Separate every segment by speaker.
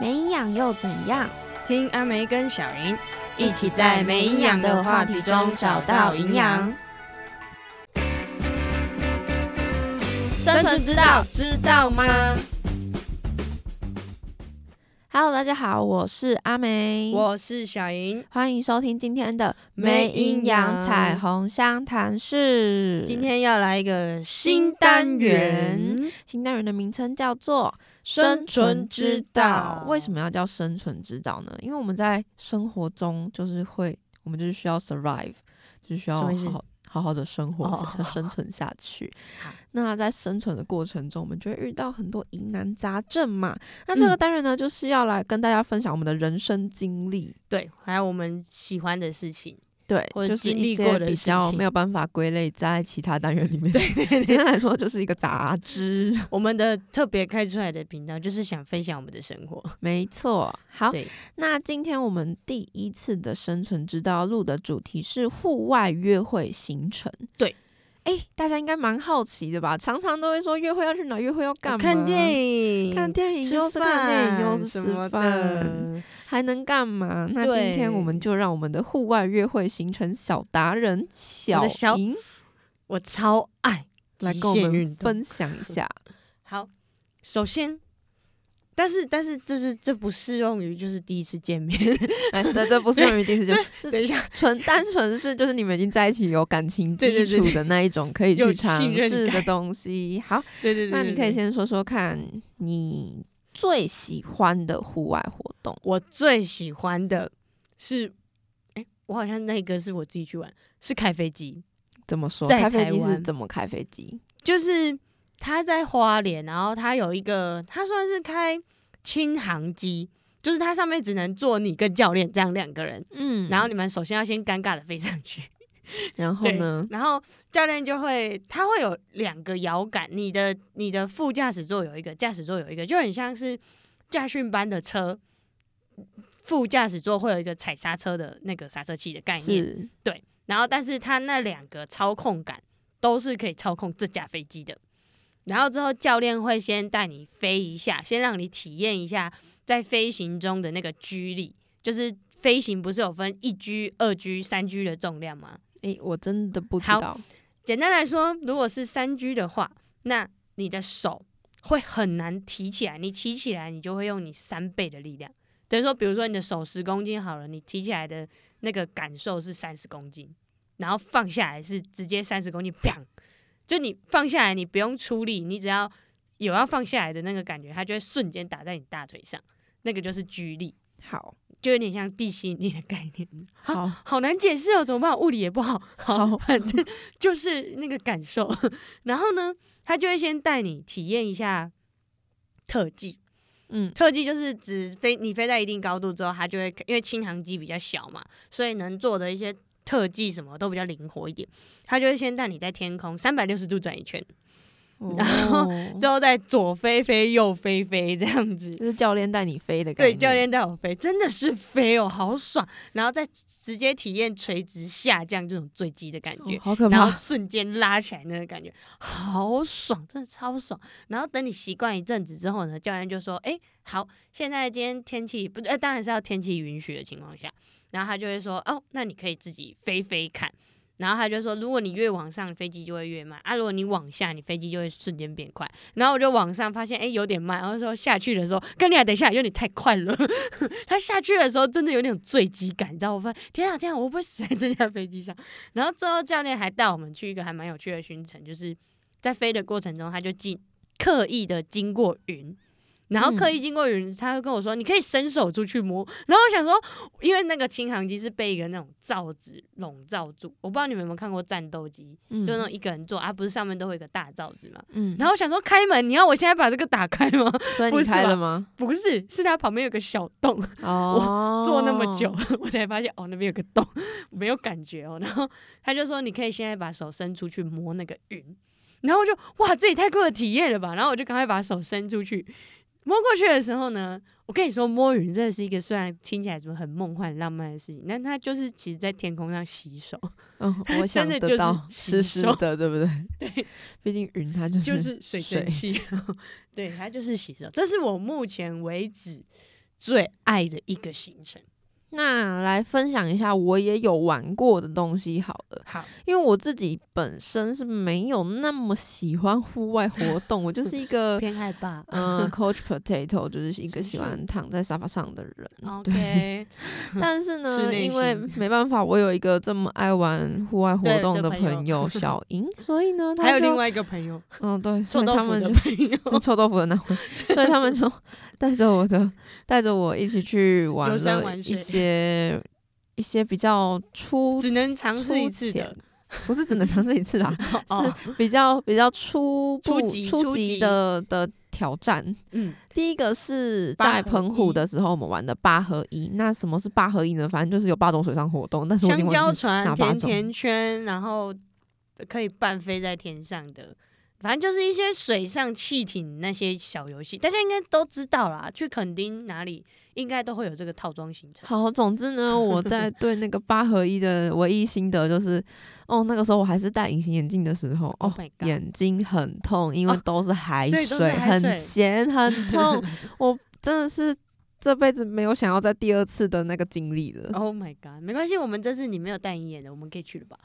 Speaker 1: 没营养又怎样？
Speaker 2: 听阿梅跟小云
Speaker 1: 一起在没营养的话题中找到营养。生存之道，知道吗？Hello，大家好，我是阿梅，
Speaker 2: 我是小云。
Speaker 1: 欢迎收听今天的没营养彩虹相谈室。
Speaker 2: 今天要来一个新单元，
Speaker 1: 新单元的名称叫做
Speaker 2: 生存之道
Speaker 1: 为什么要叫生存之道呢？因为我们在生活中就是会，我们就是需要 survive，就是需要
Speaker 2: 什么意思
Speaker 1: 好好好好的生活，
Speaker 2: 哦
Speaker 1: 才生存下去
Speaker 2: 好。
Speaker 1: 那在生存的过程中，我们就会遇到很多疑难杂症嘛。那这个
Speaker 2: 嗯
Speaker 1: 单元呢，就是要来跟大家分享我们的人生经历。
Speaker 2: 对，还有我们喜欢的事情。
Speaker 1: 对，
Speaker 2: 或者
Speaker 1: 就是
Speaker 2: 经
Speaker 1: 一
Speaker 2: 历
Speaker 1: 些
Speaker 2: 过的
Speaker 1: 比
Speaker 2: 事
Speaker 1: 较
Speaker 2: 情
Speaker 1: 没有办法归类在其他单元里面。对对 对，简单来说就是一个杂 志。
Speaker 2: 我们的特别开出来的频道就是想分享我们的生活。
Speaker 1: 没错，好，
Speaker 2: 对，
Speaker 1: 那今天我们第一次的生存之道录的主题是户外约会行程。
Speaker 2: 对，
Speaker 1: 哎、大家应该蛮好奇的吧？常常都会说约会要去哪，约会要干嘛？
Speaker 2: 看
Speaker 1: 影，
Speaker 2: 电影，
Speaker 1: 看电影，
Speaker 2: 吃
Speaker 1: 又是看电影，又是
Speaker 2: 饭什
Speaker 1: 吃
Speaker 2: 么
Speaker 1: 饭，
Speaker 2: 的。
Speaker 1: 还能干嘛？那今天我们
Speaker 2: 对
Speaker 1: 就让我们的户外约会行程小达人
Speaker 2: 我
Speaker 1: 小
Speaker 2: 的小
Speaker 1: 莹
Speaker 2: 我超爱
Speaker 1: 来
Speaker 2: 极
Speaker 1: 跟我
Speaker 2: 限
Speaker 1: 们
Speaker 2: 运动
Speaker 1: 分享一 下。
Speaker 2: 好，首先，但是但是就是这不适用于就是第一次见面。
Speaker 1: 哎，对，这不是用于第一次见面，是
Speaker 2: 等一下，
Speaker 1: 纯 单纯是就是你们已经在一起有感情
Speaker 2: 对
Speaker 1: 基
Speaker 2: 对对
Speaker 1: 础的那一种可以
Speaker 2: 有
Speaker 1: 去尝
Speaker 2: 信任
Speaker 1: 试的
Speaker 2: 感
Speaker 1: 东西。好，
Speaker 2: 对对对
Speaker 1: 那你可以。
Speaker 2: 对对
Speaker 1: 先说说看你最喜欢的户外活动。
Speaker 2: 我最喜欢的是，哎、我好像那个是我自己去玩，是开飞机，
Speaker 1: 怎么说？
Speaker 2: 在
Speaker 1: 开飞
Speaker 2: 台
Speaker 1: 机是
Speaker 2: 湾
Speaker 1: 怎么开飞机？
Speaker 2: 就是他在花莲，然后他有一个，他算是开轻航机，就是它上面只能坐你跟教练这样两个人，
Speaker 1: 嗯
Speaker 2: 然后你们首先要先尴尬的飞上去，
Speaker 1: 然后
Speaker 2: 对
Speaker 1: 呢？
Speaker 2: 然后教练就会，他会有两个摇杆，你的你的副驾驶座有一个，驾驶座有一个，就很像是驾训班的车，副驾驶座会有一个踩刹车的那个刹车器的概念，
Speaker 1: 是
Speaker 2: 然后但是他那两个操控杆都是可以操控这架飞机的。然后之后教练会先带你飞一下，先让你体验一下在飞行中的那个 G 力，就是飞行不是有分一 G、二 G、三 G 的重量吗？
Speaker 1: 诶，我真的不知
Speaker 2: 好
Speaker 1: 道。
Speaker 2: 简单来说，如果是三 G 的话，那你的手会很难提起来，你提起来你就会用你三倍的力量。等于说，比如说你的手十公斤好了，你提起来的那个感受是三十公斤，然后放下来是直接三十公斤，砰！就你放下来，你不用出力，你只要有要放下来的那个感觉，它就会瞬间打在你大腿上，那个就是举力，
Speaker 1: 好，
Speaker 2: 就有点像地心引力的概念。
Speaker 1: 好，
Speaker 2: 好难解释哦，怎么办？物理也不好，
Speaker 1: 好
Speaker 2: 好，反正就是那个感受。 然后呢，他就会先带你体验一下特技，
Speaker 1: 嗯，
Speaker 2: 特技就是指飞你飞在一定高度之后，它就会因为轻航机比较小嘛，所以能做的一些特技什么都比较灵活一点。他就会先带你在天空三百六十度转一圈， 然后
Speaker 1: 哦
Speaker 2: 之后再左飞飞右飞飞这样子。
Speaker 1: 就是教练带你飞的概
Speaker 2: 对，
Speaker 1: 念。
Speaker 2: 教练带我飞，真的是飞哦，好爽！然后再直接体验垂直下降这种坠机的感觉
Speaker 1: 哦，好可
Speaker 2: 然后
Speaker 1: 怕。
Speaker 2: 瞬间拉起来那个感觉，好爽，真的超爽。然后等你习惯一阵子之后呢，教练就说：“哎、好，现在今天天气不，呃，当然是要天气允许的情况下。”然后他就会说：“哦，那你可以自己飞飞看。”然后他就说：“如果你越往上，飞机就会越慢啊；如果你往下，你飞机就会瞬间变快。”然后我就往上发现，哎、有点慢。然后说下去的时候，跟你啊，等一下，有点太快了。 他下去的时候真的有点坠机感，你知道？我发现天啊天啊，我会不会死在这架飞机上？然后最后教练还带我们去一个还蛮有趣的行程，就是在飞的过程中，他就经刻意的经过云。然后刻意经过云，他就跟我说：“你可以伸手出去摸。”然后我想说，因为那个轻航机是被一个那种罩子笼罩住，我不知道你们有没有看过战斗机，
Speaker 1: 嗯
Speaker 2: 就那种一个人坐啊，不是上面都会有一个大罩子嘛。
Speaker 1: 嗯，
Speaker 2: 然后我想说开门，你要我现在把这个打开吗？
Speaker 1: 所以
Speaker 2: 不
Speaker 1: 你
Speaker 2: 是
Speaker 1: 开
Speaker 2: 吧
Speaker 1: 了吗？
Speaker 2: 不是，是它旁边有个小洞，
Speaker 1: 哦，
Speaker 2: 坐那么久，我才发现哦，那边有个洞， 我没有感觉哦。然后他就说，你可以现在把手伸出去摸那个云，然后我就哇，这也太酷的体验了吧！然后我就赶快把手伸出去，摸过去的时候呢，我跟你说，摸云真的是一个虽然听起来什么很梦幻浪漫的事情，但它就是其实在天空上洗手，
Speaker 1: 嗯，我想
Speaker 2: 的
Speaker 1: 得
Speaker 2: 就是
Speaker 1: 到湿
Speaker 2: 吸
Speaker 1: 湿
Speaker 2: 收
Speaker 1: 的，对不对？
Speaker 2: 对，
Speaker 1: 毕竟云 它就
Speaker 2: 就是是水蒸气，对，它就是洗手。这是我目前为止最爱的一个行程。
Speaker 1: 那来分享一下我也有玩过的东西好了，
Speaker 2: 好，
Speaker 1: 因为我自己本身是没有那么喜欢户外 活动，我就是一个
Speaker 2: 偏爱吧。
Speaker 1: 嗯、c o a c h potato 就是一个
Speaker 2: 是
Speaker 1: 喜欢躺在沙发上的 人。
Speaker 2: 嗯 OK，
Speaker 1: 但是
Speaker 2: 室
Speaker 1: 呢，
Speaker 2: 内
Speaker 1: 因为
Speaker 2: 型
Speaker 1: 没办法，我有一个这么爱玩户外活
Speaker 2: 对
Speaker 1: 动
Speaker 2: 的
Speaker 1: 的
Speaker 2: 朋
Speaker 1: 朋 友小莹，所以呢，他
Speaker 2: 还有
Speaker 1: 就
Speaker 2: 另外一个朋友，
Speaker 1: 嗯、对，所
Speaker 2: 臭
Speaker 1: 以
Speaker 2: 豆
Speaker 1: 他
Speaker 2: 腐
Speaker 1: 们
Speaker 2: 的
Speaker 1: 就
Speaker 2: 朋 友，
Speaker 1: 那臭豆腐的那回，所以他 们就带着我的，带着我一起去玩
Speaker 2: 游山
Speaker 1: 了
Speaker 2: 玩
Speaker 1: 一
Speaker 2: 水
Speaker 1: 些一些比较粗，
Speaker 2: 只能尝试一次
Speaker 1: 粗
Speaker 2: 的。
Speaker 1: 不是只能尝试一次啦，
Speaker 2: 哦，
Speaker 1: 是比较比较初
Speaker 2: 初
Speaker 1: 步
Speaker 2: 级初
Speaker 1: 初
Speaker 2: 级
Speaker 1: 级的的挑战。
Speaker 2: 嗯，
Speaker 1: 第一个是
Speaker 2: 八
Speaker 1: 在
Speaker 2: 合
Speaker 1: 澎湖
Speaker 2: 一
Speaker 1: 的时候，我们玩的八合一。那什么是八合一呢？反正就是有八种水上活动，但是我已经
Speaker 2: 香
Speaker 1: 忘
Speaker 2: 蕉
Speaker 1: 记
Speaker 2: 船、
Speaker 1: 哪八
Speaker 2: 甜
Speaker 1: 种
Speaker 2: 甜圈，然后可以半飞在天上的，反正就是一些水上气艇那些小游戏，大家应该都知道啦。去垦丁哪里应该都会有这个套装行 程。
Speaker 1: 好，总之呢，我在对那个八合一的唯一心得就是，哦，那个时候我还是戴隐形眼镜的时候，哦
Speaker 2: Oh my，god
Speaker 1: 眼睛很痛，因为
Speaker 2: 哦
Speaker 1: 都是海
Speaker 2: 对
Speaker 1: 水，
Speaker 2: 都是海水
Speaker 1: 很咸， 很痛。我真的是这辈子没有想要再第二次的那个经历了。
Speaker 2: Oh my god，没关系，我们这次你没有带银眼的，我们可以去了吧？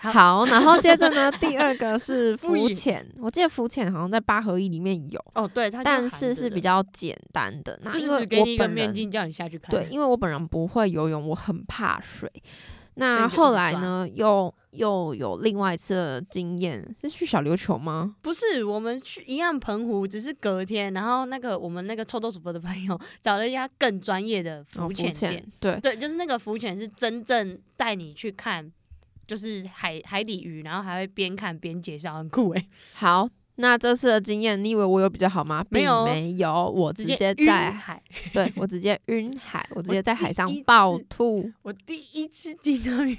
Speaker 2: 好
Speaker 1: 好，然后接着 呢，第二个是
Speaker 2: 敷
Speaker 1: 浮
Speaker 2: 衍
Speaker 1: 潜，我记得浮潜好像在八合一里面有，
Speaker 2: 哦，对，它就
Speaker 1: 但
Speaker 2: 含
Speaker 1: 是
Speaker 2: 着
Speaker 1: 是
Speaker 2: 的
Speaker 1: 比，较简单的。那
Speaker 2: 就
Speaker 1: 因
Speaker 2: 是
Speaker 1: 为
Speaker 2: 只给
Speaker 1: 我
Speaker 2: 你一个
Speaker 1: 本
Speaker 2: 面
Speaker 1: 人
Speaker 2: 镜叫你下去看。
Speaker 1: 对，因为我本人不会游泳，我很怕水。
Speaker 2: 所以
Speaker 1: 那
Speaker 2: 你就一
Speaker 1: 后
Speaker 2: 直
Speaker 1: 来
Speaker 2: 抓
Speaker 1: 呢，又又有另外一次的经验，是去小琉球吗？
Speaker 2: 不是，我们去一样澎湖，只是隔天，然后那个我们那个臭豆主播的朋友找了一家更专业的
Speaker 1: 哦
Speaker 2: 浮潜店，，
Speaker 1: 对，
Speaker 2: 对，就是那个浮潜是真正带你去看，就是海海底鱼，然后还会边看边介绍，很酷诶、欸
Speaker 1: 好。那这次的经验，你以为我有比较好吗？
Speaker 2: 没
Speaker 1: 并
Speaker 2: 有
Speaker 1: 没有，我直接
Speaker 2: 晕
Speaker 1: 在，
Speaker 2: 海。
Speaker 1: 对我直接晕海， 我直
Speaker 2: 我
Speaker 1: 接在
Speaker 2: 第
Speaker 1: 海上
Speaker 2: 一
Speaker 1: 暴
Speaker 2: 次
Speaker 1: 吐。
Speaker 2: 我第一次听到 晕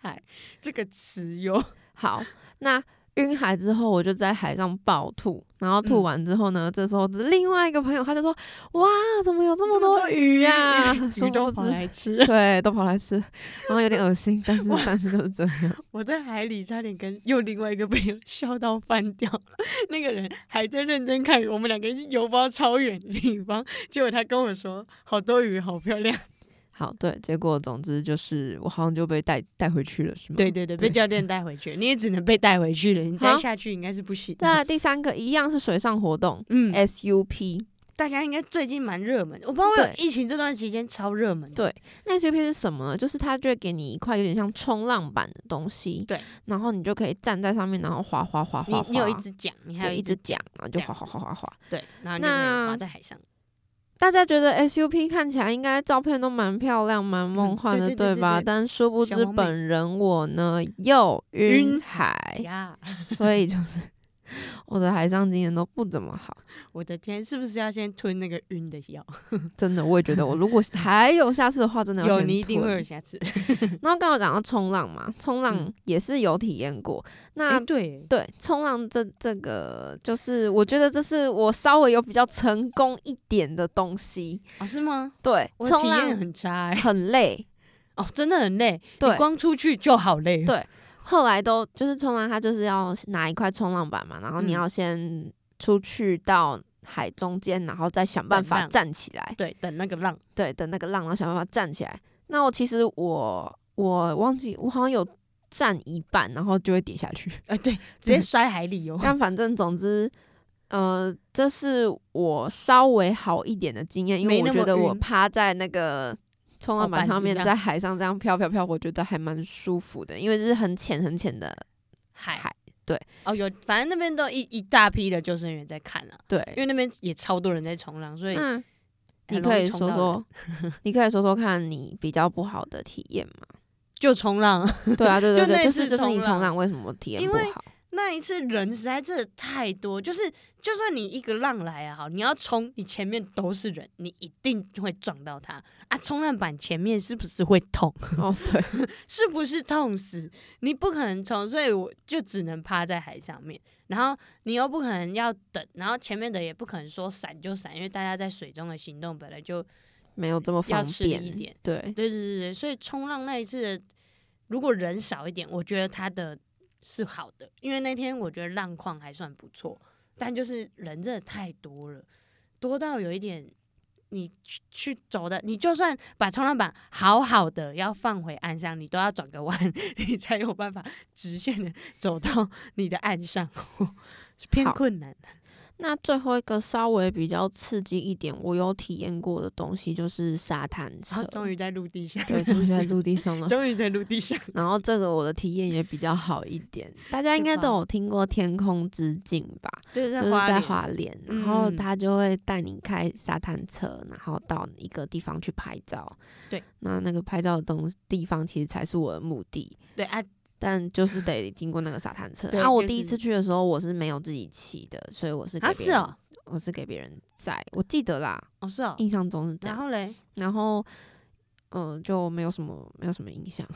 Speaker 2: 海这个词哟，
Speaker 1: 好，那晕海之后，我就在海上暴吐，然后吐
Speaker 2: 嗯
Speaker 1: 完之后呢，这时候另外一个朋友他就说：“哇，怎么有这么
Speaker 2: 这么
Speaker 1: 多
Speaker 2: 多
Speaker 1: 鱼呀、殊
Speaker 2: 鱼
Speaker 1: 不
Speaker 2: 都跑
Speaker 1: 知
Speaker 2: 来 吃。
Speaker 1: 对，都跑来吃，然后有点恶心，但是但是就是这样。
Speaker 2: 我在海里差点跟又另外一个朋友笑到翻掉，那个人还在认真看，我们两个已经游包超远的地方，结果他跟我说好多鱼，好漂亮。
Speaker 1: 好，对，结果总之就是我好像就被带带回去了，是吗？
Speaker 2: 对。对对，
Speaker 1: 对
Speaker 2: 被教练带回去，你也只能被带回去了， 你再
Speaker 1: 好
Speaker 2: 下去应该是不行。
Speaker 1: 再来第三个一样是水上活动、
Speaker 2: 嗯，
Speaker 1: SUP，
Speaker 2: 大家应该最近蛮热门的，我不知道为什么
Speaker 1: 对
Speaker 2: 疫情这段期间超热门的。
Speaker 1: 对那 SUP 是什么呢？就是它就会给你一块有点像冲浪板的东西，
Speaker 2: 对，
Speaker 1: 然后你就可以站在上面，然后滑滑滑滑滑，
Speaker 2: 你你有一只桨，你还
Speaker 1: 对
Speaker 2: 有
Speaker 1: 一只
Speaker 2: 只
Speaker 1: 桨，然后就
Speaker 2: 这样
Speaker 1: 滑滑滑滑滑。
Speaker 2: 对，然后你就可以
Speaker 1: 那
Speaker 2: 划在海上。
Speaker 1: 大家觉得 SUP 看起来应该照片都蛮漂亮、蛮梦幻的，
Speaker 2: 嗯对对对
Speaker 1: 吧？
Speaker 2: 对对
Speaker 1: 但殊不
Speaker 2: 小
Speaker 1: 知
Speaker 2: 王美
Speaker 1: 本人我呢又
Speaker 2: 晕
Speaker 1: 晕海，
Speaker 2: 呀，
Speaker 1: 所以就是 我的海上经验都不怎么好，
Speaker 2: 我的天，是不是要先吞那个晕的药？
Speaker 1: 真的，我也觉得我如果还有下次的话，真的要
Speaker 2: 有，
Speaker 1: 先
Speaker 2: 你一定会有
Speaker 1: 吞
Speaker 2: 下 次。
Speaker 1: 然后刚好讲到冲浪嘛，冲浪
Speaker 2: 嗯
Speaker 1: 也是有体验过，那
Speaker 2: 哎，。对，
Speaker 1: 对冲浪这这个，就是我觉得这是我稍微有比较成功一点的东西。
Speaker 2: 哦，是吗？
Speaker 1: 对，
Speaker 2: 我体
Speaker 1: 冲
Speaker 2: 验
Speaker 1: 浪
Speaker 2: 很差 哎，
Speaker 1: 很累。
Speaker 2: 哦，真的很累，你
Speaker 1: 对，
Speaker 2: 光出去就好累。
Speaker 1: 对后来都就是冲浪，它就是要拿一块冲浪板嘛，然后
Speaker 2: 嗯
Speaker 1: 你要先出去到海中间，然后再想办
Speaker 2: 等
Speaker 1: 法
Speaker 2: 浪
Speaker 1: 站起来。
Speaker 2: 对，等那个浪，
Speaker 1: 对等那个浪，然后想办法站起来。那我其实我我忘记我好像有站一半，然后就会跌下 去。
Speaker 2: 哎，对，直接摔海里哦。
Speaker 1: 但反正总之，呃，这是我稍微好一点的经验，因
Speaker 2: 没
Speaker 1: 为我
Speaker 2: 那
Speaker 1: 觉
Speaker 2: 么
Speaker 1: 得我
Speaker 2: 晕
Speaker 1: 趴在那个冲浪
Speaker 2: 哦
Speaker 1: 板
Speaker 2: 板
Speaker 1: 上
Speaker 2: 子
Speaker 1: 面，
Speaker 2: 上
Speaker 1: 在海上这样飘飘飘，我觉得还蛮舒服的，因为这是很浅很浅的
Speaker 2: 海
Speaker 1: 海。对，
Speaker 2: 哦，有，反正那边都一一大批的救生员在看啊，因
Speaker 1: 对，
Speaker 2: 为那边也超多人在冲浪，所以
Speaker 1: 那你
Speaker 2: 很容
Speaker 1: 可
Speaker 2: 易
Speaker 1: 以
Speaker 2: 冲
Speaker 1: 说
Speaker 2: 到人
Speaker 1: 说， 你可以说说看你比较不好的体验吗？
Speaker 2: 就冲浪。
Speaker 1: 对啊，对
Speaker 2: 就
Speaker 1: 对对，
Speaker 2: 那
Speaker 1: 就是
Speaker 2: 次
Speaker 1: 就是你
Speaker 2: 冲
Speaker 1: 冲
Speaker 2: 浪
Speaker 1: 浪为什么体验
Speaker 2: 因
Speaker 1: 不
Speaker 2: 为
Speaker 1: 好？
Speaker 2: 那一次人实在真的太多，就是就算你一个浪来啊，好，你要冲，你前面都是人，你一定会撞到他啊！冲浪板前面是不是会痛？
Speaker 1: 哦，对，
Speaker 2: 是不是痛死？你不可能冲，所以我就只能趴在海上面，然后你又不可能要等，然后前面的也不可能说闪就闪，因为大家在水中的行动本来就
Speaker 1: 没有这么
Speaker 2: 要
Speaker 1: 方
Speaker 2: 吃力
Speaker 1: 便
Speaker 2: 一点。
Speaker 1: 对，
Speaker 2: 对对对对，所以冲浪那一次，如果人少一点，我觉得他的是好的，因为那天我觉得浪况还算不错，但就是人真的太多了，多到有一点你去去走的，你就算把冲浪板好好的要放回岸上，你都要转个弯，你才有办法直线的走到 你的岸上，是偏
Speaker 1: 好
Speaker 2: 困难的。
Speaker 1: 那最后一个稍微比较刺激一点，我有体验过的东西就是沙滩
Speaker 2: 然
Speaker 1: 车
Speaker 2: 后，啊终于在陆地上，。
Speaker 1: 对，终于在陆地上了
Speaker 2: 终于在陆地上，
Speaker 1: 然后这个我的体验也比较好一 点，大家应该都有听过天空之镜吧？
Speaker 2: 就是
Speaker 1: 就
Speaker 2: 在
Speaker 1: 是
Speaker 2: 花
Speaker 1: 在
Speaker 2: 莲
Speaker 1: 花莲，
Speaker 2: 嗯
Speaker 1: 然后他就会带你开沙滩车，然后到一个地方去拍照。
Speaker 2: 对，
Speaker 1: 那那个拍照的东地方其实才是我的目的，
Speaker 2: 对啊，
Speaker 1: 但就是得经过那个沙滩车。
Speaker 2: 对
Speaker 1: 啊，我
Speaker 2: 就是
Speaker 1: 第一次去的时候我是没有自己骑的，所以我是给
Speaker 2: 啊
Speaker 1: 别
Speaker 2: 是
Speaker 1: 人
Speaker 2: 哦，
Speaker 1: 我是给别人载，我记得啦，
Speaker 2: 哦是哦，
Speaker 1: 印象中是这
Speaker 2: 然
Speaker 1: 样。
Speaker 2: 后嘞，
Speaker 1: 然后，嗯、就没有什么没有什么印 象。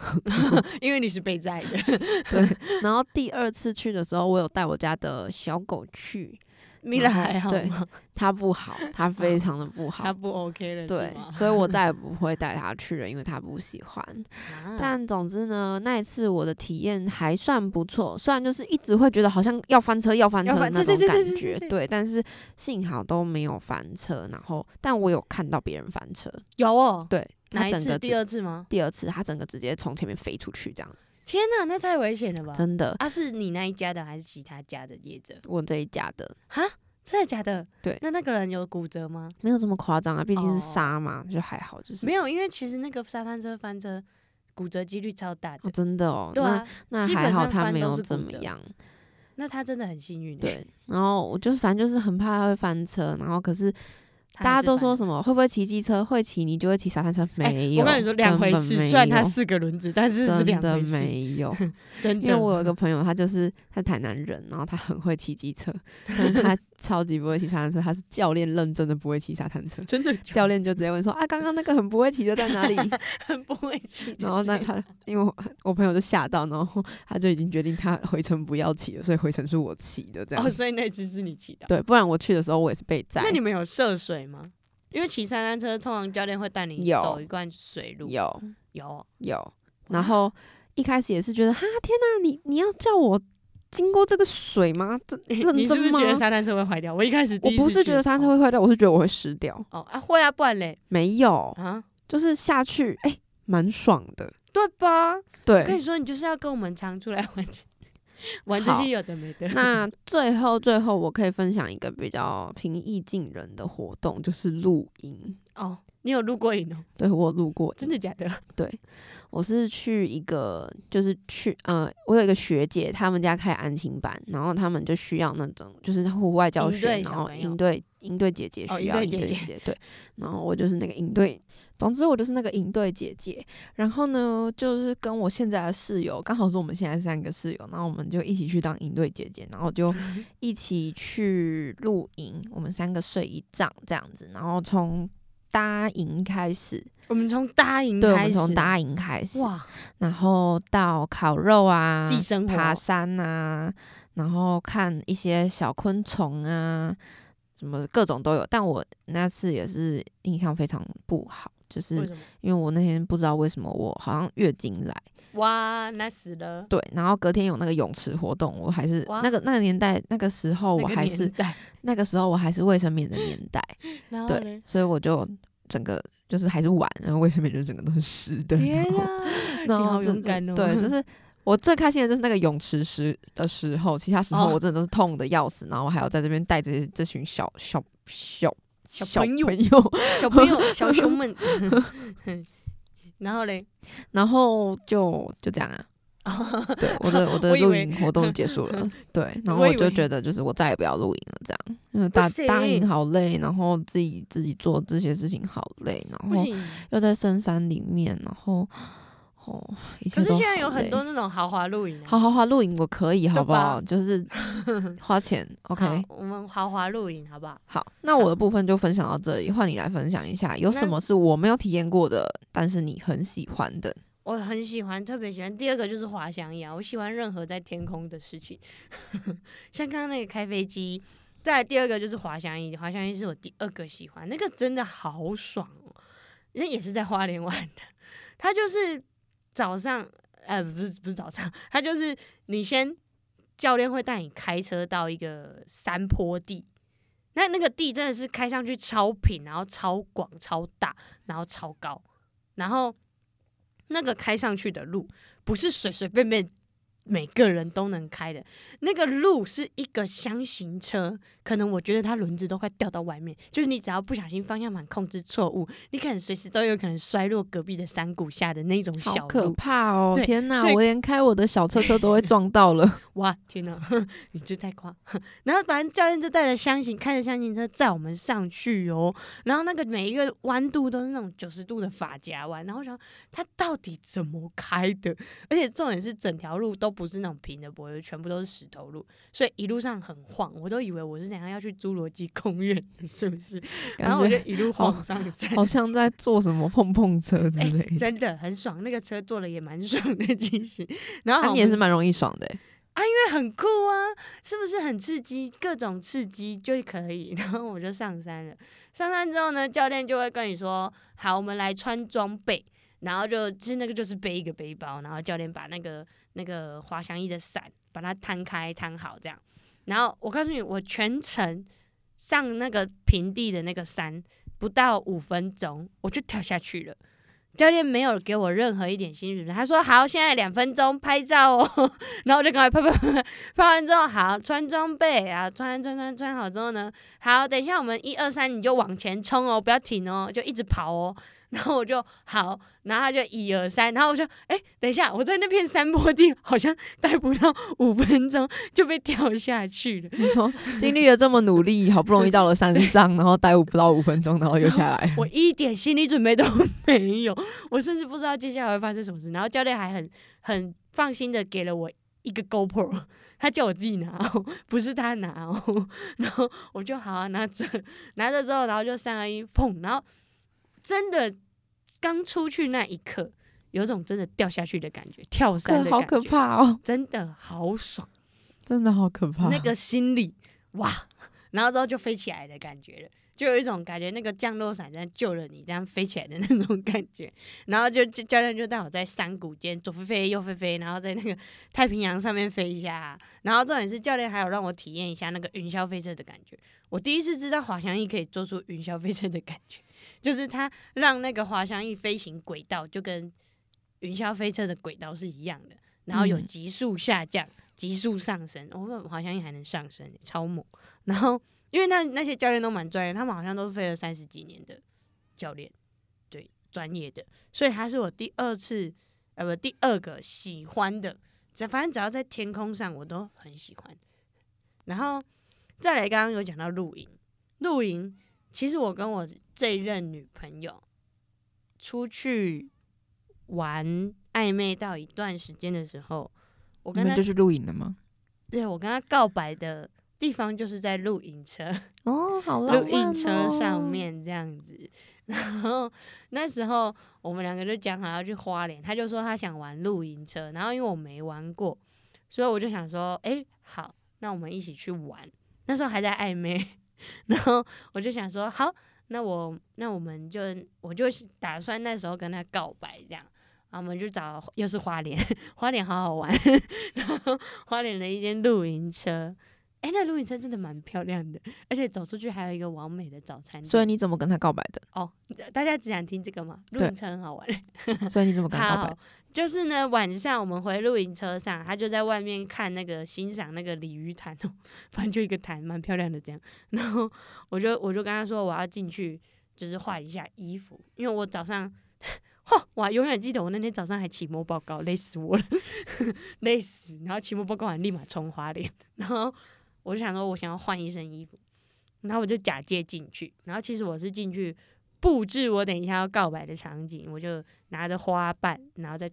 Speaker 2: 因为你是被载 的，
Speaker 1: 对，然后第二次去的时候，我有带我家的小狗去，
Speaker 2: 米拉还
Speaker 1: 嗯
Speaker 2: 好
Speaker 1: 对
Speaker 2: 吗？
Speaker 1: 它不好， 它非常的不好
Speaker 2: 他。不 OK 了，
Speaker 1: 对
Speaker 2: 是吗，
Speaker 1: 所以我再也不会带它去了，因为它不喜欢。
Speaker 2: 啊
Speaker 1: 但总之呢，那一次我的体验还算不错，虽然就是一直会觉得好像要翻车、要翻
Speaker 2: 要
Speaker 1: 车的
Speaker 2: 翻
Speaker 1: 那种
Speaker 2: 对对对
Speaker 1: 感
Speaker 2: 对对
Speaker 1: 觉
Speaker 2: 对，
Speaker 1: 对，但是幸好都没有翻车。然后，但我有看到别人翻车，
Speaker 2: 有哦，
Speaker 1: 对，
Speaker 2: 哪
Speaker 1: 它
Speaker 2: 一
Speaker 1: 整
Speaker 2: 次？
Speaker 1: 个
Speaker 2: 第
Speaker 1: 直
Speaker 2: 二次吗？
Speaker 1: 第二次，它整个直接从前面飞出去这样子，
Speaker 2: 天哪，那太危险了吧！
Speaker 1: 真的，
Speaker 2: 啊，是你那一家的还是其他家的业者？
Speaker 1: 我这一家的
Speaker 2: 哈，真的假的？
Speaker 1: 对
Speaker 2: 那那个人有骨折吗？
Speaker 1: 没有这么夸张啊，毕竟
Speaker 2: 哦
Speaker 1: 是沙嘛，就还好，就是
Speaker 2: 没有，因为其实那个沙滩车翻车骨折几率超大的。
Speaker 1: 哦，真的哦，
Speaker 2: 对啊，
Speaker 1: 那
Speaker 2: 基
Speaker 1: 那还
Speaker 2: 本
Speaker 1: 好
Speaker 2: 上
Speaker 1: 他
Speaker 2: 翻
Speaker 1: 没
Speaker 2: 都
Speaker 1: 有
Speaker 2: 是
Speaker 1: 怎
Speaker 2: 骨
Speaker 1: 么
Speaker 2: 折
Speaker 1: 样，
Speaker 2: 那他真的很幸运。，欸
Speaker 1: 对。然后我就是反正就是很怕他会翻车，然后可是
Speaker 2: 他
Speaker 1: 大
Speaker 2: 还
Speaker 1: 家
Speaker 2: 是
Speaker 1: 都
Speaker 2: 翻
Speaker 1: 说
Speaker 2: 了
Speaker 1: 什么会不会骑机车，会骑你就会骑沙滩车，
Speaker 2: 哎
Speaker 1: 没有，
Speaker 2: 我跟你说两
Speaker 1: 根
Speaker 2: 回
Speaker 1: 本
Speaker 2: 事，
Speaker 1: 没
Speaker 2: 虽然它
Speaker 1: 有
Speaker 2: 四个轮子，但是是
Speaker 1: 真
Speaker 2: 两
Speaker 1: 的
Speaker 2: 回事，
Speaker 1: 没 有，
Speaker 2: 真
Speaker 1: 因为
Speaker 2: 的。
Speaker 1: 我有一个朋友，他就是他台南人，然后他很会骑机车， 但是他超级不会骑沙滩车，他是教练认真的不会骑沙滩 车，
Speaker 2: 真的
Speaker 1: 教练就直接问说啊，刚刚那个很不会骑的在哪里？
Speaker 2: 很不会骑的这
Speaker 1: 然后
Speaker 2: 样，
Speaker 1: 那他，因为我我朋友就吓到，然后他就已经决定他回程不要骑了，所以回程是我骑的这样。
Speaker 2: 哦，所以那只是你骑的。
Speaker 1: 对，不然我去的时候我也是被载。
Speaker 2: 那你们有涉水吗？因为骑三单车，通常教练会带你
Speaker 1: 有
Speaker 2: 走一段水路。
Speaker 1: 有
Speaker 2: 有哦
Speaker 1: 有，然后一开始也是觉得哈天哪、你你要叫我经过这个水吗？这认
Speaker 2: 你是不
Speaker 1: 真
Speaker 2: 是
Speaker 1: 吗
Speaker 2: 觉？得沙滩车会坏掉？我一开始第
Speaker 1: 我
Speaker 2: 一
Speaker 1: 不
Speaker 2: 次
Speaker 1: 是
Speaker 2: 去哦
Speaker 1: 觉得沙滩车会坏掉，我是觉得我会湿掉。
Speaker 2: 哦哦啊会啊，不然嘞
Speaker 1: 没有，
Speaker 2: 啊，
Speaker 1: 就是下去哎，蛮、爽的。
Speaker 2: 对吧？我跟
Speaker 1: 对，
Speaker 2: 你说，你就是要跟我们常出来玩这玩这
Speaker 1: 好
Speaker 2: 些有的没的。
Speaker 1: 那最后最后我可以分享一个比较平易近人的活动，就是露营。
Speaker 2: 哦，你有录过影哦？
Speaker 1: 对我有录过
Speaker 2: 真的假的？
Speaker 1: 我是去一个，就是去呃，我有一个学姐，他们家开安亲班，然后他们就需要那种就是户外教
Speaker 2: 应
Speaker 1: 学，
Speaker 2: 对
Speaker 1: 然
Speaker 2: 小
Speaker 1: 后
Speaker 2: 朋友
Speaker 1: 应对应对姐姐
Speaker 2: 哦
Speaker 1: 需
Speaker 2: 应
Speaker 1: 要
Speaker 2: 对
Speaker 1: 应
Speaker 2: 姐
Speaker 1: 对
Speaker 2: 姐
Speaker 1: 姐姐，对，然后我就是那个应对，总之我就是那个应对姐姐。然后呢，就是跟我现在的室友，刚好是我们现在三个室友，然后我们就一起去当应对姐姐，然后 就一起去露营，我们三个睡一帐这样子，然后从搭营开始，
Speaker 2: 我们从搭营
Speaker 1: 对，我
Speaker 2: 开
Speaker 1: 们
Speaker 2: 始，
Speaker 1: 从搭营开始，
Speaker 2: 哇，
Speaker 1: 然后到烤肉啊，
Speaker 2: 寄生活哦
Speaker 1: 爬山啊，然后看一些小昆虫啊，什么各种都有。但我那次也是印象非常不好，就是
Speaker 2: 为什么？
Speaker 1: 因为我那天不知道为什么我好像月经来，
Speaker 2: 哇，难死了！
Speaker 1: 对，然后隔天有那个泳池活动，我还是
Speaker 2: 哇
Speaker 1: 那个那个年代那个时候哦我
Speaker 2: 那个
Speaker 1: 还
Speaker 2: 年
Speaker 1: 是
Speaker 2: 代，
Speaker 1: 那个时候我还是卫生棉的年代，
Speaker 2: 然后
Speaker 1: 对
Speaker 2: 嘞，，
Speaker 1: 所以我就整个就是还是晚，然后卫生棉就整个都是湿的，
Speaker 2: 天
Speaker 1: 然后
Speaker 2: 啊，
Speaker 1: 然
Speaker 2: 你
Speaker 1: 后
Speaker 2: 好
Speaker 1: 就
Speaker 2: 勇敢哦！
Speaker 1: 对， 就是我最开心的就是那个泳池时的时候，其他时候
Speaker 2: 哦
Speaker 1: 我真的都是痛的要死，然后我还要在这边带着这群小小小
Speaker 2: 小
Speaker 1: 朋
Speaker 2: 朋友
Speaker 1: 友
Speaker 2: 小 朋友、小熊们。然后嘞，
Speaker 1: 然后就就这样啊。 对，我的我的
Speaker 2: 我以
Speaker 1: 露
Speaker 2: 为
Speaker 1: 营活动结束 了，对，然后
Speaker 2: 我
Speaker 1: 我
Speaker 2: 以
Speaker 1: 就
Speaker 2: 为
Speaker 1: 觉得就是我再也不要露营了，这样，因为大搭营
Speaker 2: 行
Speaker 1: 好累，然后自己自己做这些事情好累，然
Speaker 2: 不
Speaker 1: 后
Speaker 2: 行。
Speaker 1: 又在深山里面，然后哦，一切
Speaker 2: 可是
Speaker 1: 都
Speaker 2: 现在
Speaker 1: 好
Speaker 2: 有很
Speaker 1: 累
Speaker 2: 多那种豪华露营啊。
Speaker 1: 好好好，露营我可以，好不
Speaker 2: 吧
Speaker 1: 好？就是 花钱，OK
Speaker 2: 好。我们豪华露营好不好？
Speaker 1: 好，那我的部分就分享到这里，换你来分享一下，有什
Speaker 2: 那
Speaker 1: 么是我没有体验过的，但是你很喜欢的？
Speaker 2: 我很喜欢，特别喜欢。第二个就是滑翔翼啊，我喜欢任何在天空的事情， 像刚刚那个开飞机。再来第二个就是滑翔翼，滑翔翼是我第二个喜欢，那个真的好爽哦。那也是在花莲玩的，它就是早上，呃，不是不是早上，它就是你先教练会带你开车到一个山坡地，那那个地真的是开上去超平，然后超广、超大，然后超高，然后那个开上去的路不是随随便便每个人都能开的，那个路是一个箱型车，可能我觉得它轮子都快掉到外面，就是你只要不小心方向盘控制错误，你可能随时都有可能摔落隔壁的山谷下的那种
Speaker 1: 好
Speaker 2: 小
Speaker 1: 可
Speaker 2: 路。
Speaker 1: 怕哦！
Speaker 2: 对
Speaker 1: 天哪
Speaker 2: 所，以
Speaker 1: 我连开我的小车车都会撞到了。
Speaker 2: 哇，天哪， 你这太夸！ 然后反正教练就带着箱型，开着箱型车载我们上去哦。然后那个每一个弯度都是那种九十度的法夹弯，然后我想他到底怎么开的？而且重点是整条路都不是那种平的柏油，全部都是石头路，所以一路上很晃，我都以为我是想要要去侏罗纪公园，是不是？然
Speaker 1: 感
Speaker 2: 后我就
Speaker 1: 觉
Speaker 2: 一路
Speaker 1: 好
Speaker 2: 晃上山，
Speaker 1: 好像在坐什么碰碰车之类的。
Speaker 2: 真的很爽。那个车坐了也蛮爽的，其实。然后
Speaker 1: 那、啊
Speaker 2: 好
Speaker 1: 你也
Speaker 2: 我们
Speaker 1: 是蛮容易爽的欸、
Speaker 2: 很酷啊，是不是很刺激？各种刺激就可以。 然后我就上山了。上山之后呢，教练就会跟你说：“好，我们来穿装备。”然后就其实那个就是背一个背包，然后教练把那个那个滑翔翼的伞把它摊开摊好这样。然后我告诉你，我全程上那个平地的那个山不到五分钟，我就跳下去了。教练没有给我任何一点薪水，他说好，现在两分钟拍照哦， 然后我就赶快拍拍拍拍，拍完之后好穿装备啊，穿穿穿穿好之后呢，好，等一下我们一二三你就往前冲哦，不要停哦，就一直跑哦。 然后我就好，然后他就一二三，然后我就哎，等一下，我在那片山坡地好像待不到五分钟就被跳下去了。
Speaker 1: 你说经历了这么努力，好不容易到了山上，然后待不到五分钟，然后又下 来。
Speaker 2: 我一点心理准备都没有， 我甚至不知道接下来会发生什么事。然后教练还很很放心的给了我一个 GoPro，他 叫我自己拿哦，不是他拿哦。 然后我就好啊，拿着拿着之后，然后就三二一砰，然后真的刚出去那一刻，有种真的掉下去的感觉，跳伞
Speaker 1: 可
Speaker 2: 的
Speaker 1: 好
Speaker 2: 感
Speaker 1: 可
Speaker 2: 觉，
Speaker 1: 怕哦，
Speaker 2: 真的好爽。
Speaker 1: 真的好可怕。哦
Speaker 2: 那个心里哇， 然后之后就飞起来的感觉了，就有一种感觉那个降落伞在救了你，这样飞起来的那种感觉。 然后就就教练就带我在山谷间左飞飞右飞飞，然后在那个太平洋上面飞一下。然后重点是教练还有让我体验一下那个云霄飞车的感觉，我第一次知道滑翔翼可以做出云霄飞车的感觉，就是它让那个滑翔翼飞行轨道就跟云霄飞车的轨道是一样的，然后有
Speaker 1: 嗯
Speaker 2: 急速下降、急速上升，我们滑翔翼还能上升、欸超猛。然后因为那那些教练都蛮专业，他们好像都是飞了三十几年的教练，对，专业的，所以他是我第二次，呃，不，第二个喜欢的，只反正只要在天空上我都很喜欢。然后再来，刚刚有讲到露营，露营其实我跟我这一任女朋友出去玩暧昧到一段时间的时候，我
Speaker 1: 你
Speaker 2: 跟
Speaker 1: 们
Speaker 2: 她
Speaker 1: 就是露营的吗？
Speaker 2: 对我跟她告白的地方就是在露营车。
Speaker 1: 哦，好
Speaker 2: 录音车
Speaker 1: 哦
Speaker 2: 上。面这样子。 然后那时候我们两个就讲好要去花莲，他就说他想玩露营车，然后因为我没玩过，所以我就想说，诶，好，那我们一起去玩。那时候还在暧昧， 然后我就想说，好，那我那我们就我就打算那时候跟他告白这样。然后我们就找又是花莲，花莲好好玩， 然后花莲的一间露营车，诶，那露营车真的蛮漂亮的，而且走出去还有一个完美的早餐店。
Speaker 1: 所以你怎么跟他告白的？
Speaker 2: 哦，大家只想听这个吗？露
Speaker 1: 对
Speaker 2: 营车很好玩。
Speaker 1: 所以你怎么跟他告白
Speaker 2: 好？，就是呢，晚上我们回露营车上，他就在外面看那个欣赏那个鲤鱼潭哦，反正就一个潭，蛮漂亮的这样。然后我就我就跟他说我要进去，就是换一下衣服，因为我早上。嚯！我还永远记得我那天早上还期末报告，累死我了， 累死。然后期末报告完立马冲花莲，然后我就想说，我想要换一身衣服，然后我就假借进去，然后其实我是进去布置我等一下要告白的场景，我就拿着花瓣，然后在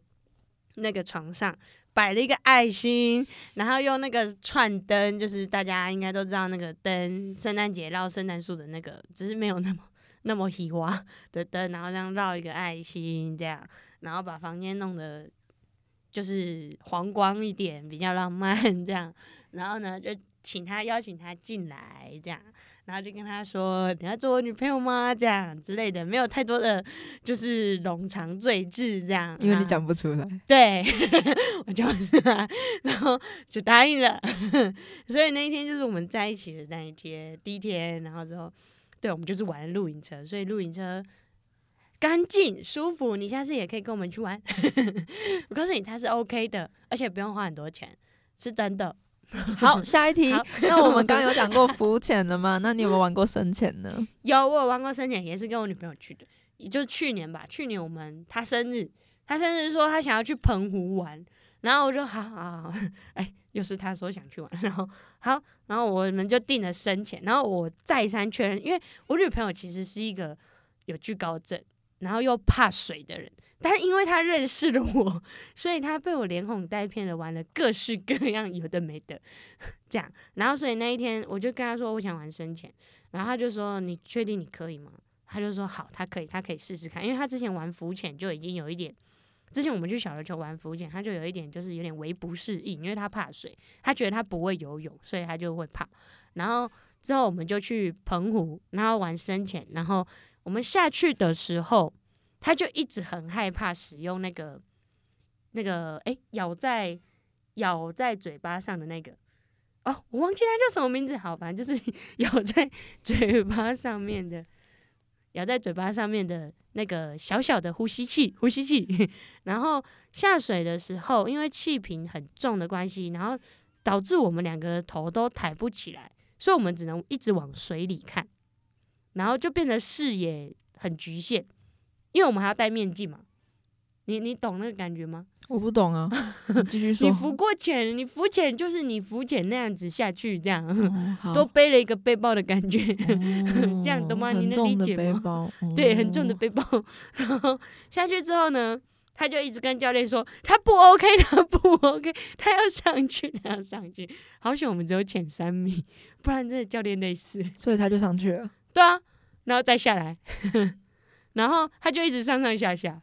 Speaker 2: 那个床上摆了一个爱心，然后用那个串灯，就是大家应该都知道那个灯，圣诞节绕圣诞树的那个，只是没有那么那么喜花的灯，然后这样绕一个爱心这样，然后把房间弄得就是黄光一点，比较浪漫这样，然后呢就请他邀请他进来这样。然后就跟他说：“你要做我女朋友吗？”这样之类的，没有太多的，就是冗长赘字这样。
Speaker 1: 因为你
Speaker 2: 啊
Speaker 1: 讲不出来，
Speaker 2: 对， 我就然后就答应了。 所以那一天就是我们在一起的那一天，第一天，然后之后，对我们就是玩露营车，所以露营车干净舒服，你下次也可以跟我们去玩。 我告诉你，它是 OK 的，而且不用花很多钱，是真的。
Speaker 1: 好，下一题
Speaker 2: 嗯好。
Speaker 1: 那我们刚刚有讲过浮潜了吗？那你有没有玩过深潜 呢？
Speaker 2: 有，我有玩过深潜，也是跟我女朋友去的，也就是去年吧。去年我们她生日，她生日说她想要去澎湖玩，然后我就好好好，哎，又是她说想去玩，然后好，然后我们就定了深潜，然后我再三确认，因为我女朋友其实是一个有惧高症，然后又怕水的人。但因为她认识了我，所以她被我连哄带骗的玩了各式各样有的没的， 这样。然后所以那一天我就跟她说我想玩深潜，然后他就说：“你确定你可以吗？”他就说：“好，他可以，他可以试试看。”因为他之前玩浮潜就已经有一点，之前我们去小琉球玩浮潜，他就有一点就是有点微不适应，因为他怕水，他觉得他不会游泳，所以他就会怕。然后之后我们就去澎湖，然后玩深潜，然后我们下去的时候，他就一直很害怕使用那个那个诶，咬在咬在嘴巴上的那个。哦，我忘记它叫什么名字，好，反正就是 咬在 嘴巴上面的，咬在嘴巴上面的那个小小的呼吸器，呼吸器。 然后下水的时候，因为气瓶很重的关系，然后导致我们两个的头都抬不起来，所以我们只能一直往水里看，然后就变得视野很局限，因为我们还要戴面镜嘛。你你懂那个感觉吗？
Speaker 1: 我不懂啊，你继续
Speaker 2: 你浮过潜，你浮潜就是你浮潜那样子下去，这 样、
Speaker 1: 哦好
Speaker 2: 都背了一个背包的感觉。
Speaker 1: 哦
Speaker 2: 这样懂吗你
Speaker 1: 很
Speaker 2: 能
Speaker 1: 重
Speaker 2: 理
Speaker 1: 的
Speaker 2: 解
Speaker 1: 背
Speaker 2: 吗
Speaker 1: 包，
Speaker 2: 对，很重的
Speaker 1: 哦。
Speaker 2: 背包。 然后下去之后呢，他就一直跟教练说他不 OK，他不 OK，他要上去，他要上去。好险我们只有潜三米，不然真的教练累死。
Speaker 1: 所以他就上去了。
Speaker 2: 对啊，然后再下来， 然后他就一直上上下下，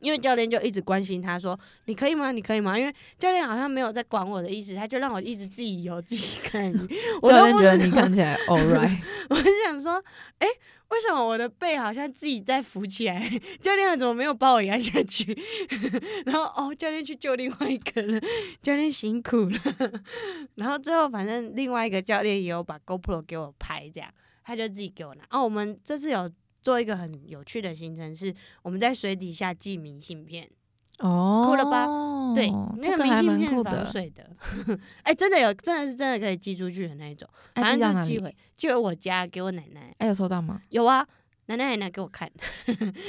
Speaker 2: 因为教练就一直关心他说：“你可以吗？你可以吗？”因为教练好像没有在管我的意思，他就让我一直自己游自己 看， 我
Speaker 1: 教
Speaker 2: 都
Speaker 1: 练
Speaker 2: 不
Speaker 1: 觉
Speaker 2: 知
Speaker 1: 得你
Speaker 2: 道
Speaker 1: 看起 来 all right，
Speaker 2: 我就想说，哎、为什么我的背好像自己在浮起来？ 教练啊怎么没有把我压下去？ 然后哦，教练去救另外一个了，教练辛苦了。 然后最后反正另外一个教练也有把 GoPro 给我拍，这样他就自己给我拿。哦，我们这次有做一个很有趣的行程，是我们在水底下寄明信片。
Speaker 1: 哦，
Speaker 2: 了吧？对，那
Speaker 1: 这
Speaker 2: 个
Speaker 1: 个
Speaker 2: 明
Speaker 1: 还
Speaker 2: 信
Speaker 1: 蛮
Speaker 2: 片
Speaker 1: 酷
Speaker 2: 防
Speaker 1: 的。
Speaker 2: 水的， 哎、真的有，真的是真的可以寄出去的那一种，
Speaker 1: 哎
Speaker 2: 反
Speaker 1: 寄
Speaker 2: 正
Speaker 1: 到
Speaker 2: 就
Speaker 1: 哪
Speaker 2: 寄
Speaker 1: 里？
Speaker 2: 回寄回我家给我奶奶。
Speaker 1: 哎，有收到吗？
Speaker 2: 有啊，奶奶也拿给我看，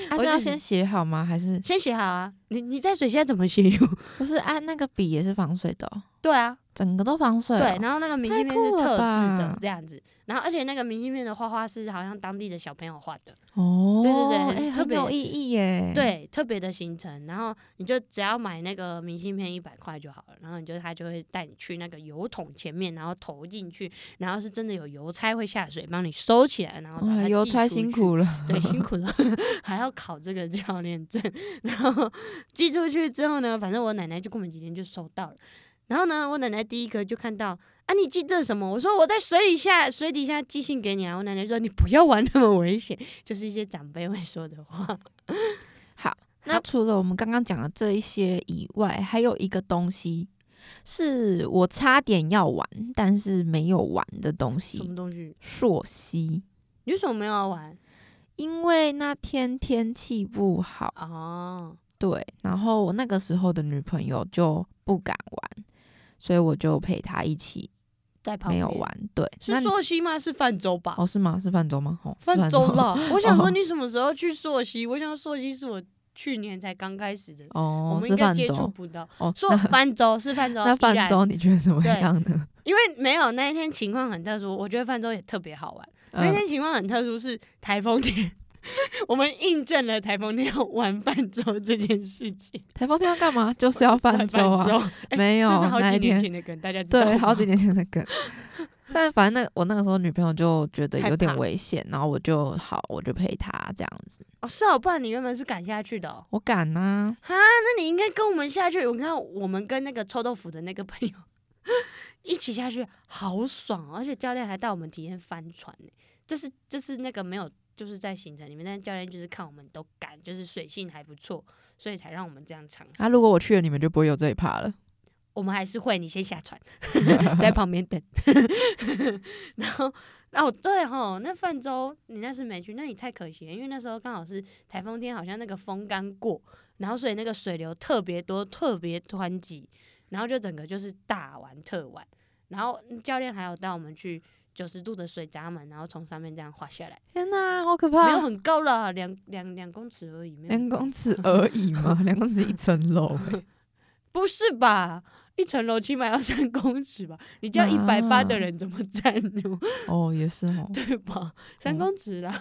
Speaker 1: 啊，
Speaker 2: 我
Speaker 1: 是
Speaker 2: 就
Speaker 1: 要
Speaker 2: 很
Speaker 1: 先写好吗？还是
Speaker 2: 先写好啊。你你在水下怎么写？
Speaker 1: 不是？啊，那个笔也是防水的哦，
Speaker 2: 对啊，
Speaker 1: 整个都防水。哦
Speaker 2: 对，，然后那个明信片
Speaker 1: 啊太
Speaker 2: 是
Speaker 1: 酷了
Speaker 2: 特制的
Speaker 1: 吧
Speaker 2: 这样子，然后而且那个明信片的画画是好像当地的小朋友画的，
Speaker 1: 哦，
Speaker 2: 对对对
Speaker 1: 哎，
Speaker 2: 特
Speaker 1: 很
Speaker 2: 别
Speaker 1: 有意义耶。，
Speaker 2: 对，特别的行程。然后你就只要买那个明信片一百块就好了，然后你就他就会带你去那个油桶前面，然后投进去，然后是真的有邮差会下水帮你收起来，然后把它
Speaker 1: 哇，邮
Speaker 2: 寄
Speaker 1: 差
Speaker 2: 出
Speaker 1: 辛
Speaker 2: 去
Speaker 1: 苦 了。
Speaker 2: 对，辛苦了，还要考这个教练证。 然后寄出去之后呢，反正我奶奶就过没几天就收到了。然后呢，我奶奶第一个就看到啊，你寄这什么？我说我在水底下，水底下寄信给你啊。我奶奶说你不要玩那么危险， 就是一些长辈会说的话。
Speaker 1: 好，那除了我们刚刚讲的这一些以外，还有一个东西是我差点要玩，但是没有玩的东
Speaker 2: 什
Speaker 1: 西
Speaker 2: 么东西
Speaker 1: ——？溯溪。
Speaker 2: 你为什么没有要玩？
Speaker 1: 因为那天天气不好，
Speaker 2: 哦，
Speaker 1: 对，然后我那个时候的女朋友就不敢玩，所以我就陪她一起
Speaker 2: 在旁
Speaker 1: 没
Speaker 2: 边
Speaker 1: 有。玩。对，那
Speaker 2: 是
Speaker 1: 你
Speaker 2: 朔溪吗？是泛舟吧？
Speaker 1: 哦是吗？是泛舟吗？哦，是
Speaker 2: 泛舟
Speaker 1: 吗
Speaker 2: 啦！ 我想说
Speaker 1: 哦
Speaker 2: 你什么时候去朔溪？我想朔溪是我去年才刚开始的我
Speaker 1: 哦，
Speaker 2: 们
Speaker 1: 是
Speaker 2: 应该
Speaker 1: 泛
Speaker 2: 接触
Speaker 1: 舟
Speaker 2: 不到。
Speaker 1: 哦。
Speaker 2: 说
Speaker 1: 那
Speaker 2: 泛舟是泛 舟，
Speaker 1: 那
Speaker 2: 宜
Speaker 1: 泛
Speaker 2: 兰，
Speaker 1: 舟你觉得怎么
Speaker 2: 对
Speaker 1: 样呢？
Speaker 2: 因为没有那一天情况很特殊，我觉得泛舟也特别好玩。 那
Speaker 1: 嗯
Speaker 2: 天情况很特殊是台风天， 我们印证了台风天要玩泛舟这件事情。
Speaker 1: 台风天要干嘛？就是要泛
Speaker 2: 玩
Speaker 1: 舟啊，
Speaker 2: 舟哎
Speaker 1: 没有
Speaker 2: 这是好
Speaker 1: 那
Speaker 2: 几
Speaker 1: 一
Speaker 2: 年
Speaker 1: 天
Speaker 2: 前的梗，大家知道
Speaker 1: 对，好
Speaker 2: 吗
Speaker 1: 几年前的梗。 但反正那我那个时候女朋友就觉得
Speaker 2: 害
Speaker 1: 有点
Speaker 2: 怕
Speaker 1: 危险，然后我就好，我就陪她这样子。
Speaker 2: 哦，是哦，不然你原本是赶下去的哦。
Speaker 1: 我敢呐、
Speaker 2: 那你应该跟我们下去。我看我们跟那个臭豆腐的那个朋友 一起下去，好爽哦！而且教练还带我们体验帆船呢、这是这是那个没有就是在行程里面，但是教练就是看我们都敢，就是水性还不错，所以才让我们这样尝试。
Speaker 1: 啊，如果我去了，你们就不会有这一趴了。
Speaker 2: 我们还是会，你先下船， 在旁边等。 然后，哦，对吼，那泛舟你那是没去，那你太可惜了，因为那时候刚好是台风天，好像那个风刚过，然后所以那个水流特别多，特别湍急，然后就整个就是大玩特玩。然后嗯教练还有带我们去九十度的水闸门，然后从上面这样滑下来，
Speaker 1: 天哪、好可
Speaker 2: 没有
Speaker 1: 怕！
Speaker 2: 很高了，两两两公尺而已，没有
Speaker 1: 两 公尺而已嘛，两公尺一层楼欸、
Speaker 2: 不是吧？一层楼起码要三公尺吧？ 你叫一百八的
Speaker 1: 啊
Speaker 2: 人怎么站住？
Speaker 1: 哦，也是哦。
Speaker 2: 对吧？三
Speaker 1: 嗯
Speaker 2: 公尺啦，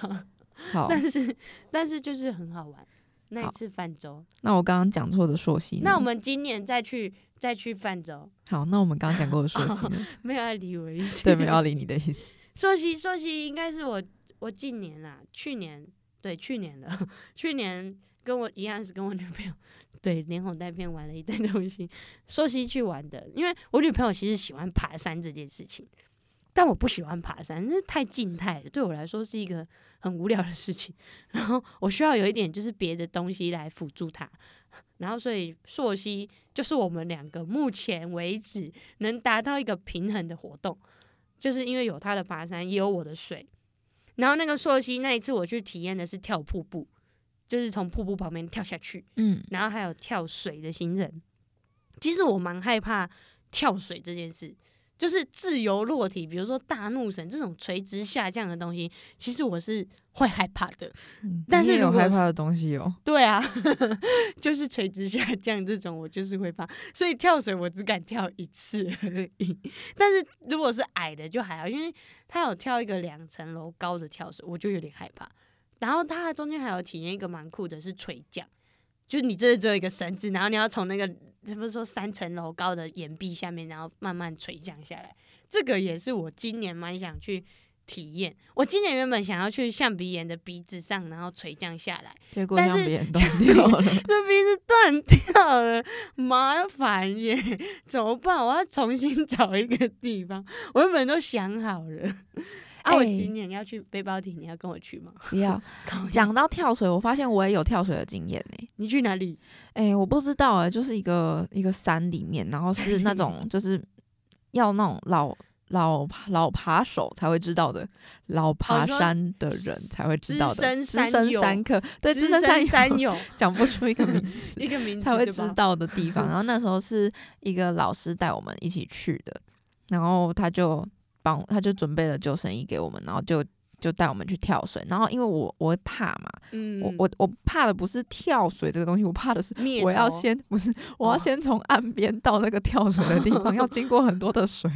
Speaker 1: 好，
Speaker 2: 但是但是就是很好玩。那一
Speaker 1: 哦好嗯
Speaker 2: 次泛舟，
Speaker 1: 那我刚刚讲错的朔溪呢，
Speaker 2: 那我们今年再去再去泛舟，
Speaker 1: 好，那我们刚刚讲过的朔溪呢，
Speaker 2: 没有要理我意思。
Speaker 1: 对，没有要理你的意思。
Speaker 2: 说起说起，应该是我我近年啦，去年对去年的 去年跟我一样是跟我女朋友对连哄带骗玩了一堆东西，说起去玩的，因为我女朋友其实喜欢爬山这件事情，但我不喜欢爬山，那太静态了，对我来说是一个很无聊的事情。 然后我需要有一点就是别的东西来辅助它，然后所以溯溪就是我们两个目前为止能达到一个平衡的活动。就是因为有他的爬山，也有我的水。然后那个溯溪那一次我去体验的是跳瀑布，就是从瀑布旁边跳下去，
Speaker 1: 嗯，
Speaker 2: 然后还有跳水的行程。其实我蛮害怕跳水这件事，就是自由落体，比如说大怒神这种垂直下降的东西，其实我是会害怕的。
Speaker 1: 嗯
Speaker 2: 但
Speaker 1: 你
Speaker 2: 是
Speaker 1: 也有
Speaker 2: 如果
Speaker 1: 害
Speaker 2: 是
Speaker 1: 怕的东西哦。
Speaker 2: 对啊， 就是垂直下降这种，我就是会怕。所以跳水我只敢跳一次而已。但是如果是矮的就还好，因为他有跳一个两层楼高的跳水，我就有点害怕。然后他中间还有体验一个蛮酷的，是垂降，就是你这只有一个绳子，然后你要从那个，他不是说三层楼高的岩壁下面，然后慢慢垂降下来。这个也是我今年蛮想去体验。我今年原本想要去象鼻岩的鼻子上，然后垂降下来。
Speaker 1: 结果
Speaker 2: 但
Speaker 1: 让
Speaker 2: 是
Speaker 1: 别人断掉了。
Speaker 2: 那鼻子断掉了，麻烦耶！怎么办？我要重新找一个地方。我原本都想好了。啊，我
Speaker 1: 哎
Speaker 2: 今年要去背包体，你要跟我去吗？
Speaker 1: 不要
Speaker 2: 靠腰
Speaker 1: 讲到跳水，我发现我也有跳水的经验欸呢、
Speaker 2: 你去哪里？
Speaker 1: 哎、我不知道哎、就是一个一个山里面，然后是那种就是要那种老老老扒手才会知道的，老爬
Speaker 2: 你说
Speaker 1: 山的人才会知
Speaker 2: 资
Speaker 1: 道的，
Speaker 2: 深
Speaker 1: 哦资
Speaker 2: 山
Speaker 1: 深
Speaker 2: 友
Speaker 1: 山客，对，
Speaker 2: 资
Speaker 1: 资
Speaker 2: 深
Speaker 1: 深
Speaker 2: 山
Speaker 1: 山友
Speaker 2: 友
Speaker 1: 讲不出一个名字
Speaker 2: 一个名字
Speaker 1: 才会
Speaker 2: 对
Speaker 1: 知
Speaker 2: 吧
Speaker 1: 道的地 方。然后那时候是一个老师带我们一起去的，然后他就帮他就准备了救生衣给我们，然后就就带我们去跳水。然后因为我我会怕嘛，
Speaker 2: 嗯
Speaker 1: 我我我怕的不是跳水这个东西，我怕 的是
Speaker 2: 灭
Speaker 1: 我要
Speaker 2: 头
Speaker 1: 先不 是我
Speaker 2: 哦
Speaker 1: 要先从岸边到那个跳水的地方，要经过很多的水。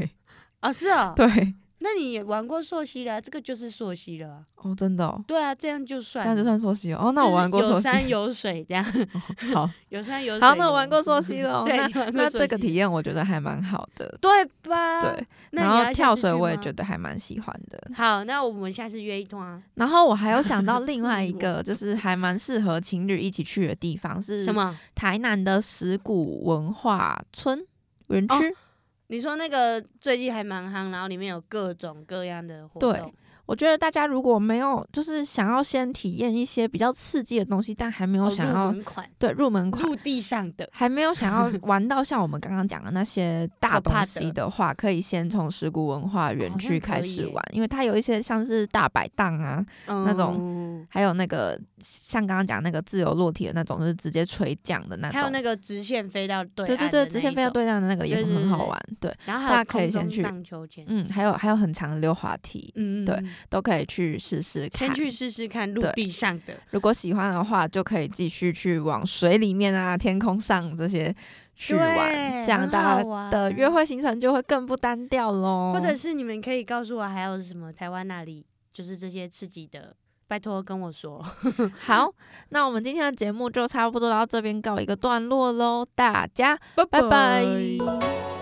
Speaker 2: 哦，是啊、哦，
Speaker 1: 对，
Speaker 2: 那你也玩过溯溪了啊，这个就是溯溪了啊。
Speaker 1: 哦，真的、哦，
Speaker 2: 对啊，这样就算
Speaker 1: 这样
Speaker 2: 了，
Speaker 1: 就算溯溪哦。哦那
Speaker 2: 就
Speaker 1: 我
Speaker 2: 是
Speaker 1: 玩过溯
Speaker 2: 有
Speaker 1: 溪，
Speaker 2: 山有水这样，
Speaker 1: 哦好，
Speaker 2: 有山有水。
Speaker 1: 好，那我玩过溯 溪了哦。
Speaker 2: 对，
Speaker 1: 那
Speaker 2: 你玩过啊
Speaker 1: 那
Speaker 2: 溯
Speaker 1: 这个
Speaker 2: 溪
Speaker 1: 体验我觉得还蛮好的，
Speaker 2: 对吧？
Speaker 1: 对。
Speaker 2: 那
Speaker 1: 然
Speaker 2: 你要
Speaker 1: 后
Speaker 2: 下
Speaker 1: 跳
Speaker 2: 次
Speaker 1: 水
Speaker 2: 去
Speaker 1: 我也
Speaker 2: 吗
Speaker 1: 觉得还蛮喜欢的。
Speaker 2: 好，那我们下次约一通啊。
Speaker 1: 然后我还有想 到另外一个，就是还蛮适合情侣一起去的地方是
Speaker 2: 什么？
Speaker 1: 台南的石鼓文化村园
Speaker 2: 哦
Speaker 1: 区。
Speaker 2: 你说那个最近还蛮夯，然后里面有各种各样的活动。
Speaker 1: 对我觉得大家如果没有就是想要先体验一些比较刺激的东西，但还没有
Speaker 2: 哦，
Speaker 1: 想
Speaker 2: 入
Speaker 1: 要、
Speaker 2: 门款，
Speaker 1: 对入门 款，
Speaker 2: 陆地上的。
Speaker 1: 还没有想要玩到像我们刚刚讲的那 些大
Speaker 2: 可怕
Speaker 1: 东
Speaker 2: 的
Speaker 1: 西的话，可以先从石鼓文化园
Speaker 2: 好像
Speaker 1: 区开
Speaker 2: 可以
Speaker 1: 始
Speaker 2: 耶
Speaker 1: 玩，因为它有一些像是大摆档啊， 那种
Speaker 2: 嗯
Speaker 1: 还有那个像刚刚讲那个自由落体的那种，就是直接垂降的那
Speaker 2: 还有
Speaker 1: 种。
Speaker 2: 那个直线飞到对
Speaker 1: 对对
Speaker 2: 岸
Speaker 1: 对，
Speaker 2: 的
Speaker 1: 直
Speaker 2: 那
Speaker 1: 线
Speaker 2: 一
Speaker 1: 飞到
Speaker 2: 种，
Speaker 1: 对岸的那个也
Speaker 2: 对对
Speaker 1: 很
Speaker 2: 对
Speaker 1: 好
Speaker 2: 对
Speaker 1: 玩，对，
Speaker 2: 然后
Speaker 1: 大
Speaker 2: 还
Speaker 1: 家
Speaker 2: 有
Speaker 1: 可以
Speaker 2: 空
Speaker 1: 先
Speaker 2: 中
Speaker 1: 去
Speaker 2: 荡秋千。
Speaker 1: 嗯，还有还有很长的溜滑梯，
Speaker 2: 嗯
Speaker 1: 对，
Speaker 2: 嗯嗯
Speaker 1: 都可以去试试看。
Speaker 2: 先去试试看陆
Speaker 1: 对
Speaker 2: 地上的。
Speaker 1: 如果喜欢的话，就可以继续去往水里面啊、天空上这些去玩，
Speaker 2: 对
Speaker 1: 这样
Speaker 2: 很
Speaker 1: 大
Speaker 2: 好
Speaker 1: 家
Speaker 2: 玩
Speaker 1: 的约会哦行程就会更不单调喽。
Speaker 2: 或者是你们可以告诉我还有什么台湾哪里，就是这些刺激的，拜托跟我说。
Speaker 1: 好，那我们今天的节目就差不多到这边告一个段落喽，大家拜
Speaker 2: 拜
Speaker 1: 拜